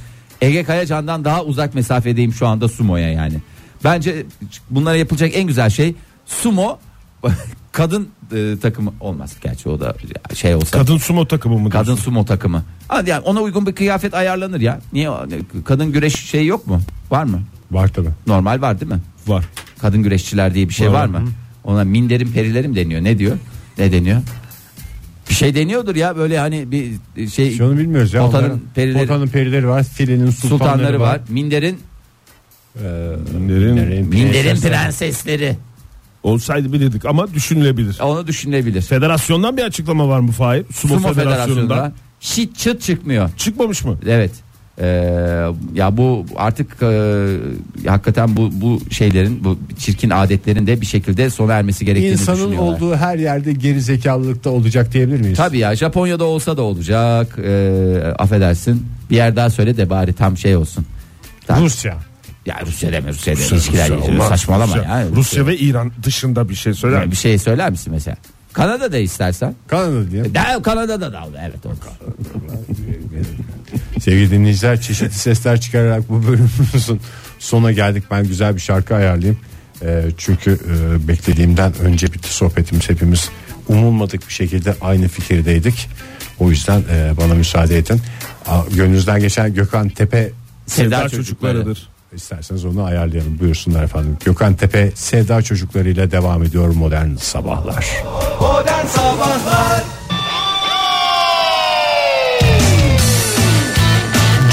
Ege Kayacan'dan daha uzak mesafedeyim şu anda sumoya yani. Bence bunlara yapılacak en güzel şey sumo kadın e, takımı olmaz. Gerçi o da şey olsa. Kadın sumo takımı mı? Kadın diyorsun? sumo takımı. Hadi yani ona uygun bir kıyafet ayarlanır ya. Niye kadın güreş şey yok mu? Var mı? Var tabii. Normal var değil mi? var. Kadın güreşçiler diye bir şey var mı? Ona minderim perilerim deniyor. Ne diyor? Ne deniyor? Bir şey deniyordur ya böyle hani bir şey Hiç onu bilmiyoruz ya. Potanın Onların- perileri- Potanın perileri var. Filinin sultanları, sultanları var. var. Minderin Minderin- minderin prensesleri. Olsaydı bilirdik ama düşünülebilir. Onu düşünebilir. Federasyondan bir açıklama var mı Fahir? Sumo, Sumo Federasyonu'ndan. federasyonunda şit çıt çıkmıyor. Çıkmamış mı? Evet. Ee, ya bu artık e, hakikaten bu bu şeylerin bu çirkin adetlerin de bir şekilde sona ermesi gerektiğini İnsanın düşünüyorlar. olduğu her yerde geri zekalılıkta olacak diyebilir miyiz? Tabii ya Japonya'da olsa da olacak. Ee, affedersin. Bir yer daha söyle de bari tam şey olsun. Tam- Rusya. ya Rusya deme Rusya deme. İlişkiler yürütüyor. Saçmalama Rusya, ya. Rusya ve İran dışında bir şey söyler bir misin? şey söyler misin mesela? Kanada'da istersen. Kanada diye. Da, Kanada'da da evet. olur. E, Sevgili dinleyiciler çeşitli sesler çıkararak bu bölümümüzün sonuna geldik. Ben güzel bir şarkı ayarlayayım. E, çünkü e, beklediğimden önce bitti sohbetimiz hepimiz umulmadık bir şekilde aynı fikirdeydik. O yüzden e, bana müsaade edin. A, gönlünüzden geçen Gökhan Tepe şey Sevda çocuklarıdır. isterseniz onu ayarlayalım buyursunlar efendim. Gökhan Tepe Sevda çocuklarıyla devam ediyor modern sabahlar. Modern Sabahlar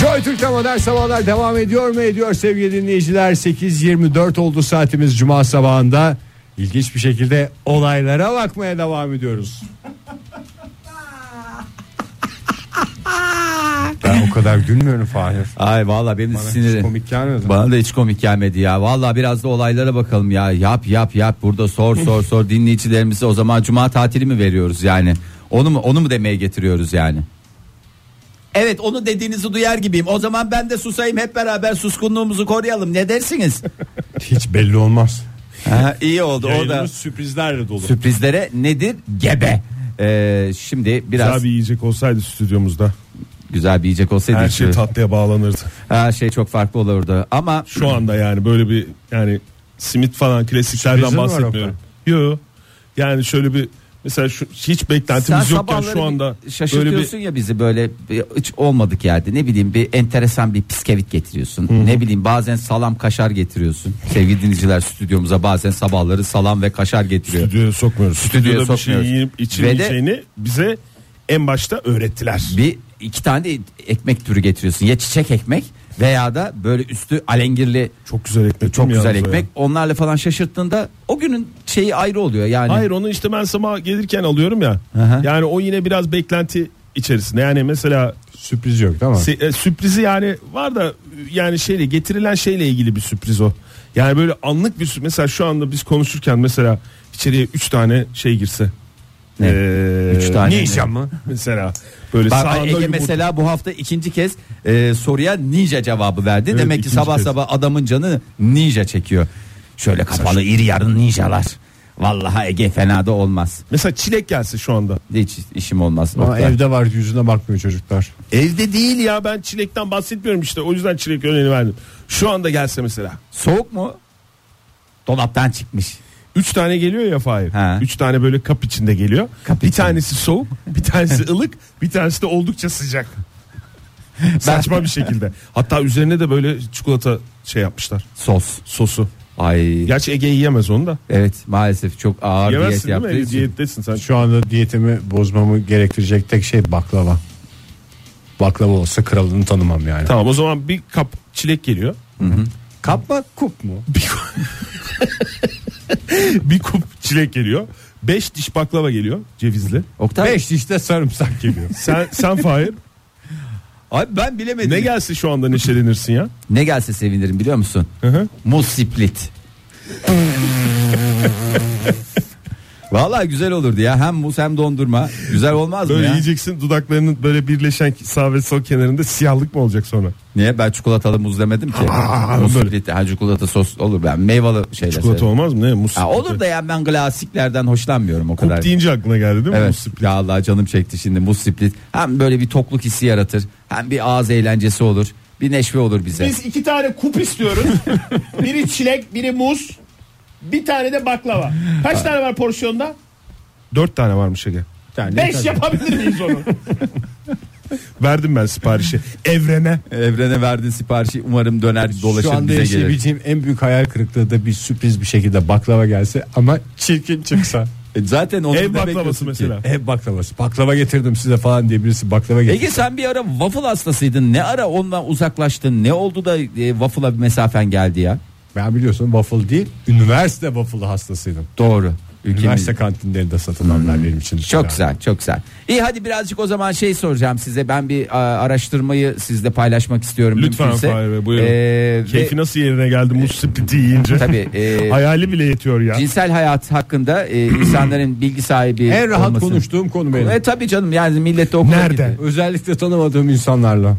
Joy Türk'te modern sabahlar devam ediyor mu ediyor sevgili dinleyiciler 8.24 oldu saatimiz cuma sabahında İlginç bir şekilde olaylara bakmaya devam ediyoruz Ben o kadar gülmüyorum Fahir. Ay vallahi benim de sinirim. komik gelmedi. Bana da hiç komik gelmedi ya. Vallahi biraz da olaylara bakalım ya. Yap yap yap burada sor sor sor dinleyicilerimize o zaman cuma tatili mi veriyoruz yani? Onu mu onu mu demeye getiriyoruz yani? Evet onu dediğinizi duyar gibiyim. O zaman ben de susayım hep beraber suskunluğumuzu koruyalım. Ne dersiniz? Hiç belli olmaz. ha, iyi oldu. O da sürprizlerle dolu. sürprizlere nedir? Gebe. Ee, şimdi biraz Güzel bir yiyecek olsaydı stüdyomuzda güzel bir yiyecek olsaydı her her şey şey, tatlıya bağlanırdı. her şey çok farklı olurdu. Ama Şu anda yani böyle bir yani simit falan klasiklerden Sürprizin mi var bahsetmiyorum. Yok. Yani şöyle bir mesela şu, hiç beklentimiz yokken sabahları şu anda bir böyle bir şaşırtıyorsun ya bizi böyle bir hiç olmadık yerde ne bileyim bir enteresan bir piskevit getiriyorsun ne bileyim bazen salam kaşar getiriyorsun sevgili dinleyiciler stüdyomuza bazen sabahları salam ve kaşar getiriyor stüdyoya sokmuyoruz. Stüdyoda bir şey sokmuyoruz. yiyip Ve de- içilmeyeceğini bize en başta öğrettiler. bir iki tane de ekmek türü getiriyorsun ya çiçek ekmek veya da böyle üstü alengirli Çok güzel ekmek. çok değil mi güzel yalnız o ekmek ya? onlarla falan şaşırttığında o günün şeyi ayrı oluyor yani Hayır onu işte ben sabah gelirken alıyorum ya. Aha. Yani o yine biraz beklenti içerisinde. Yani mesela Sürpriz yok değil mi? Se- e, sürprizi yani var da yani şeyle getirilen şeyle ilgili bir sürpriz o. Yani böyle anlık bir sür- mesela şu anda biz konuşurken mesela içeriye 3 tane şey girse. Ne? Ee, Üç tane ne mi? işe ama? mesela böyle Bak, sağında Ege yumurta- mesela bu hafta ikinci kez e, soruya ninja cevabı verdi. Evet, Demek ki ikinci sabah kez. sabah adamın canı ninja çekiyor. Şöyle kapalı iri yarın ninjalar. Vallahi Ege fena da olmaz. mesela çilek gelse şu anda. Hiç işim olmaz. Ama Oktay. evde var yüzüne bakmıyor çocuklar. Evde değil ya ben çilekten bahsetmiyorum işte. O yüzden çilek örneğini verdim. Şu anda gelse mesela. Soğuk mu? Dolaptan çıkmış. 3 tane geliyor ya Ha. Fahir. 3 tane böyle kap içinde geliyor. Kap bir içinde. tanesi soğuk, bir tanesi ılık, bir tanesi de oldukça sıcak. Saçma bir şekilde. Hatta üzerine de böyle çikolata şey yapmışlar. Sos. Sosu. Ay Gerçi Ege yiyemez onu da. evet maalesef çok ağır diyet Yemezsin değil yaptığı mi? için. Diyettesin sen. Şu anda diyetimi bozmamı gerektirecek tek şey baklava. Baklava olsa kralını tanımam yani. Tamam o zaman bir kap çilek geliyor. Kap mı kup mu? Bir kup çilek geliyor. 5 diş baklava geliyor cevizli. Oktay. Beş dişte sarımsak geliyor. Sen sen Fahir Abi ben bilemedim. ne gelse şu anda neşelenirsin ya. Ne gelse sevinirim biliyor musun? hı. Muz split. Vallahi güzel olurdu ya. Hem muz hem dondurma. Güzel olmaz mı Böyle ya? yiyeceksin dudaklarının böyle birleşen sağ ve sol kenarında siyahlık mı olacak sonra? Niye ben çikolatalı muz demedim ki? muz böyle. split. Ha çikolata sos olur ben. Meyveli şeyler. Çikolata severim. olmaz mı? Ne? Muz Ha, olur da ya ben klasiklerden hoşlanmıyorum o kadar. Kup deyince aklına geldi değil mi? Evet. Muz split. Ya Allah canım çekti şimdi muz split. Hem böyle bir tokluk hissi yaratır. Hem bir ağız eğlencesi olur. Bir neşve olur bize. Biz iki tane kup istiyoruz. biri çilek, biri muz, bir tane de baklava. Kaç tane var porsiyonda? Dört tane varmış Ege. Beş yapabilir miyiz onu? Verdim ben siparişi. Evrene. Evrene verdin siparişi. Umarım döner Şu dolaşır anda bize gelir. yaşayabileceğim en büyük hayal kırıklığı da bir sürpriz bir şekilde baklava gelse ama çirkin çıksa. E Zaten onu Ev da baklavası bekliyorsun ki. mesela. Ev baklavası. Baklava getirdim size falan diye birisi baklava getirdi. Ege sen bir ara waffle hastasıydın. Ne ara ondan uzaklaştın? Ne oldu da e, waffle'a bir mesafen geldi ya? Ben biliyorsun waffle değil, üniversite waffle hastasıydım. Doğru. Ülkemiz. Hmm. Üniversite kantinlerinde satılanlar benim için. Çok güzel, çok güzel. İyi hadi birazcık o zaman şey soracağım size. Ben bir a, araştırmayı sizle paylaşmak istiyorum Lütfen mümkünse. Fahir Bey, buyurun. Ee, Keyfi E, ve nasıl yerine geldi muz spliti yiyince? Tabii, e, Hayali bile yetiyor ya. cinsel hayat hakkında e, insanların bilgi sahibi En rahat olması. konuştuğum konu benim. E tabii canım yani millette okula Nerede? gidiyor. Özellikle tanımadığım insanlarla.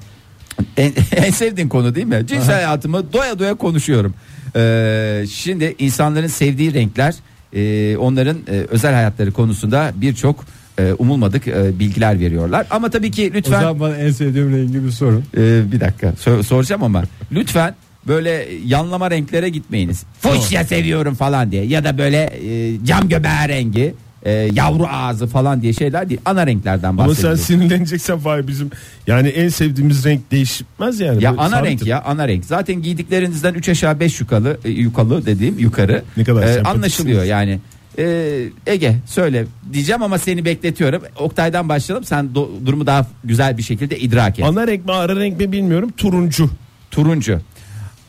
En, en sevdiğin konu değil mi? Cinsel hayatımı doya doya konuşuyorum. Ee, şimdi insanların sevdiği renkler e, onların e, özel hayatları konusunda birçok e, umulmadık e, bilgiler veriyorlar. Ama tabii ki O lütfen zaman bana en sevdiğim rengi bir sorun. e, bir dakika so- soracağım ama lütfen böyle yanlama renklere gitmeyiniz. Fuşya seviyorum falan diye ya da böyle e, cam göbeği rengi, e, yavru ağzı falan diye şeyler değil. Ana renklerden Ama sen bahsediyoruz. sinirleneceksen Fahir bizim yani en sevdiğimiz renk değişmez yani. Ya Böyle ana sabittir. renk ya ana renk. Zaten giydiklerinizden 3 aşağı 5 yukarı e, yukarı dediğim yukarı. e, Ne kadar sempatiksin. anlaşılıyor yani. E, Ege söyle diyeceğim ama seni bekletiyorum. Oktay'dan başlayalım. Sen do- durumu daha güzel bir şekilde idrak et. Ana renk mi ara renk mi bilmiyorum turuncu. Turuncu.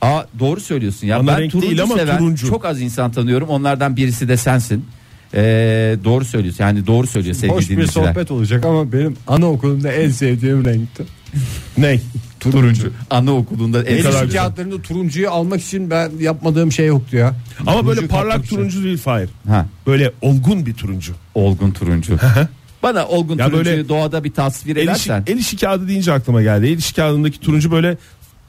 Aa doğru söylüyorsun ya. Ana ben renk turuncu değil ama seven turuncu. çok az insan tanıyorum. Onlardan birisi de sensin. Ee, doğru söylüyorsun. Yani doğru söylüyor sevgili Hoş bir dinleyiciler. sohbet olacak ama benim anaokulunda en sevdiğim renkti. Ney? Turuncu. Anaokulunda en kadar Resim güzel. kağıtlarında turuncuyu almak için ben yapmadığım şey yoktu ya. Ama böyle Turuncuyu parlak kapmak şey. için. turuncu değil Fahir. Ha, Böyle olgun bir turuncu. olgun turuncu. Bana olgun Ya turuncuyu böyle- doğada bir tasvir El işi, edersen. el işi kağıdı deyince aklıma geldi. El işi kağıdındaki turuncu böyle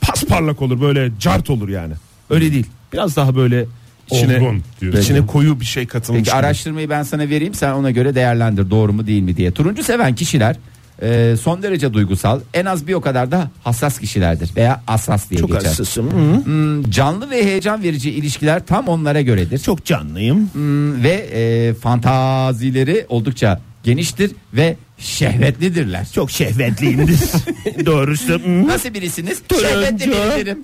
pas parlak olur böyle cart olur yani. Öyle değil. Biraz daha böyle içine Olgun diyorsun. içine koyu bir şey katılmış. Peki gibi. araştırmayı ben sana vereyim sen ona göre değerlendir doğru mu değil mi diye. Turuncu seven kişiler e, son derece duygusal en az bir o kadar da hassas kişilerdir veya hassas diye çok geçer. hassasım. Hmm, canlı ve heyecan verici ilişkiler tam onlara göredir. Çok canlıyım. Hmm, ve e, fantazileri oldukça geniştir ve şehvetlidirler. Çok şehvetliyimdir. Doğrusu. hmm. Nasıl birisiniz? Turuncu. Şehvetli birilerim.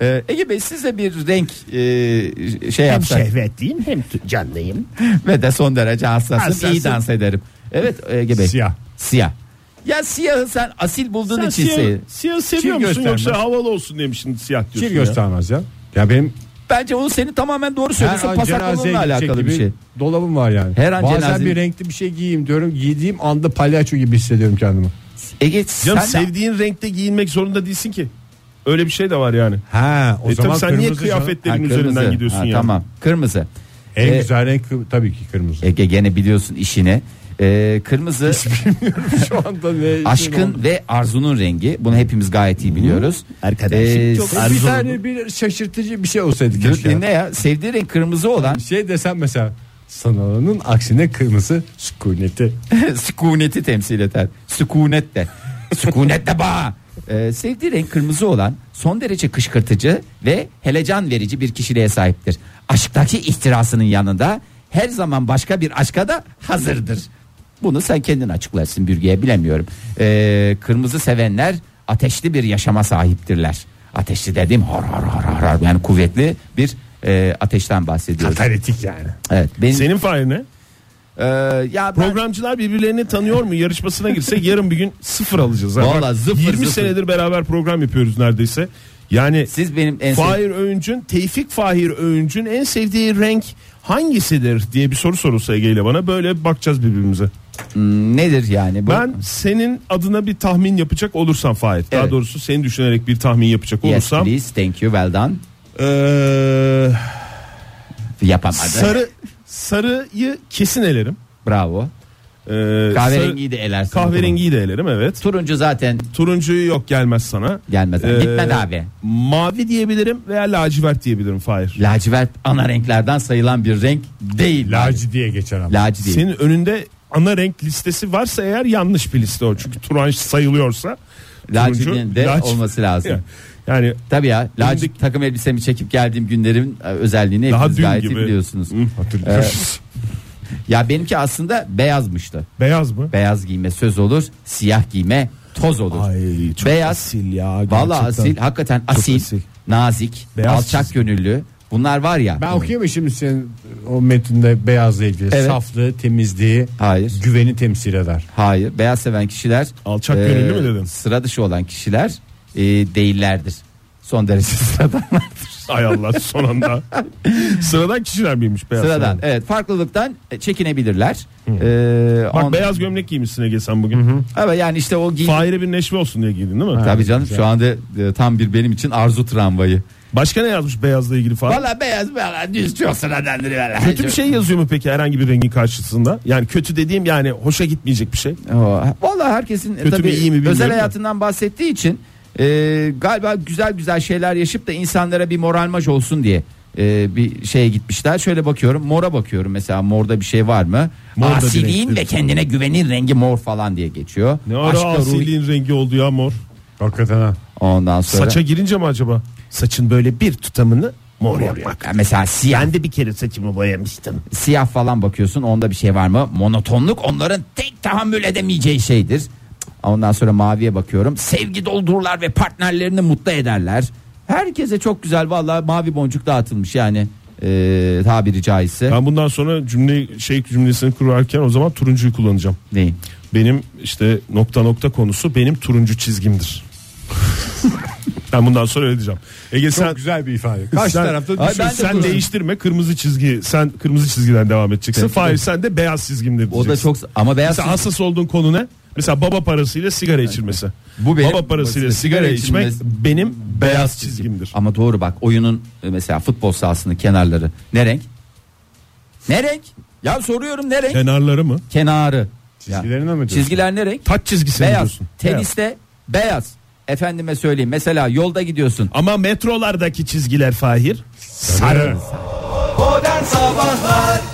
E, Ege Bey size bir renk e, şey yapsak şehvetliyim hem canlıyım. ve de son derece hassasım Hassasım. iyi dans ederim. Evet Ege Bey. Siyah. Siyah. Ya siyahı sen asil bulduğun Sen için siyah, siyah. siyah seviyor Kim musun göstermez? yoksa havalı olsun demişsin siyah diyorsun Kim ya. Şey göstermez ya? Ya benim Bence onu seni tamamen doğru söylüyorsun. an Pasaklılığınla gidecek alakalı bir gibi şey. Dolabım var yani. Her an Bazen cenazeye- bir renkli bir şey giyeyim diyorum. Giydiğim anda palyaço gibi hissediyorum kendimi. Ege Canım sen de- sevdiğin renkte giyinmek zorunda değilsin ki. Öyle bir şey de var yani. Ha, o E zaman tabii sen niye kırmızı canım. Ha, kıyafetlerin kırmızı. üzerinden gidiyorsun Ha, yani? Tamam kırmızı. En Ee, güzel renk kı- tabii ki kırmızı. Ege gene biliyorsun işini. Ee, kırmızı şey E- Şu anda ne? aşkın ve arzunun rengi. Bunu hepimiz gayet iyi biliyoruz. Arkadaşım çok se- E, bir tane bir şaşırtıcı bir şey olsaydı Dur, keşke. dinle ya. Sevdiği renk kırmızı olan Şey desem mesela sanalının aksine kırmızı sükuneti. sükuneti temsil eder. Sükunet de. Sükunet de bağ. Ee, sevdiği renk kırmızı olan son derece kışkırtıcı ve helecan verici bir kişiliğe sahiptir. Aşktaki ihtirasının yanında her zaman başka bir aşka da hazırdır. Bunu sen kendin açıklarsın Bürge'ye bilemiyorum. Ee, kırmızı sevenler ateşli bir yaşama sahiptirler. Ateşli dediğim har har har har, har. yani kuvvetli bir e, ateşten bahsediyoruz. Kataretik yani. Evet, benim, Senin fail ne? e, ya ben- Programcılar birbirlerini tanıyor mu yarışmasına girsek yarın bir gün sıfır alacağız. ha. Vallahi Bak, zıfır 20 zıfır. senedir beraber program yapıyoruz neredeyse. Yani siz benim en sevdiğim- Fahir Öğüncü'nün, Tevfik Fahir Öğüncü'nün en sevdiği renk hangisidir diye bir soru sorulsa Ege ile bana böyle bakacağız birbirimize. Nedir yani bu? Ben senin adına bir tahmin yapacak olursam Fahir. Daha Evet. doğrusu seni düşünerek bir tahmin yapacak yes olursam. please thank you well done eee, yapamadı. sarı sarıyı kesin elerim. Bravo. Eee, Kahverengiyi de elersin. sarı- kahverengiyi de elerim evet. Turuncu zaten Turuncuyu yok gelmez sana. Gelmez. Gitmedi abi. Mavi diyebilirim veya lacivert diyebilirim Fahir. lacivert ana renklerden sayılan bir renk değil. Laci diye geçer ama. Laci değil. Senin önünde ana renk listesi varsa eğer yanlış bir liste o. Çünkü turanj sayılıyorsa. Lacivertin turuncu, de lac- olması lazım. Yani Tabii ya laci Önündeki- takım elbisemi çekip geldiğim günlerin e, özelliğini Daha hepiniz dün gayet iyi gibi. biliyorsunuz. Hı, hatırlıyoruz. Ya benimki aslında beyazmıştı. Beyaz mı? Beyaz giyme söz olur, siyah giyme toz olur. Ay, çok Beyaz asil ya. Vallahi gerçekten. asil, hakikaten asil, asil. nazik, Beyaz alçak çizgi. gönüllü. Bunlar var ya. Ben okuyayım mı şimdi senin o metinde beyazla ilgili? Evet. Saflığı, temizliği, Hayır. güveni temsil eder. Hayır. Beyaz seven kişiler Alçak e, gönüllü mü dedin? Sıra dışı olan kişiler e, değillerdir. Son derece sıradanlardır. Ay Allah son anda. Sıradan kişiler miymiş beyaz? Sıradan. Bak Evet. Farklılıktan e, çekinebilirler. E, on- beyaz gömlek giymişsin Ege sen bugün. Evet yani işte o giy. Fahir'e bir neşve olsun diye giydin değil mi? Tabii canım şu anda e, tam bir benim için arzu tramvayı. Başka ne yazmış beyazla ilgili Fahir? Valla beyaz valla düz çok sıradandır valla. Kötü bir şey yazıyor mu peki herhangi bir rengin karşısında? Yani kötü dediğim yani hoşa gitmeyecek bir şey. O, Vallahi herkesin e, Kötü tabii mü, iyi mi bilmiyorum özel da. hayatından bahsettiği için e, galiba güzel güzel şeyler yaşayıp da insanlara bir moral maç olsun diye e, bir şeye gitmişler. Şöyle bakıyorum mora bakıyorum mesela morda bir şey var mı? Mor da bir Asiliğin renktir. ve kendine güvenin rengi mor falan diye geçiyor. Ne ara Aşkla ruh- asiliğin rengi oldu ya mor. Hakikaten ha. Ondan sonra Saça girince mi acaba? Saçın böyle bir tutamını mor yapmak. Ya mesela siyah de bir kere saçımı boyamıştım. siyah falan bakıyorsun onda bir şey var mı? Monotonluk onların tek tahammül edemeyeceği şeydir. Cık. Ondan sonra maviye bakıyorum. Sevgi doldururlar ve partnerlerini mutlu ederler. Herkese çok güzel vallahi mavi boncuk dağıtılmış yani ee, tabiri caizse. Ben bundan sonra cümle şey cümlesini kurarken o zaman turuncuyu kullanacağım. Neyin? Benim işte nokta nokta konusu benim turuncu çizgimdir. ben bundan sonra öyle diyeceğim. Ege sen Çok güzel bir ifade. Kaç sen, tarafta Ay, düşün. ben de sen turuncu. değiştirme kırmızı çizgi. Sen kırmızı çizgiden devam edeceksin. Peki. Fahir sen de beyaz çizgimdir O diyeceksin. da çok ama beyaz Mesela hassas olduğun konu ne? Mesela baba parasıyla sigara içilmesi. Bu benim- baba parasıyla sigara sigara içmek içilmesi- benim beyaz çizgimdir. Ama doğru bak oyunun e, mesela futbol sahasının kenarları ne renk? Ne renk? Ya soruyorum ne renk? Kenarları mı? Kenarı. Çizgilerine mi Ya, diyorsun? Çizgiler ne renk? Taç çizgisi mi beyaz. diyorsun? Beyaz. Teniste beyaz. Efendime söyleyeyim mesela yolda gidiyorsun. Ama metrolardaki çizgiler Fahir. Modern Sabahlar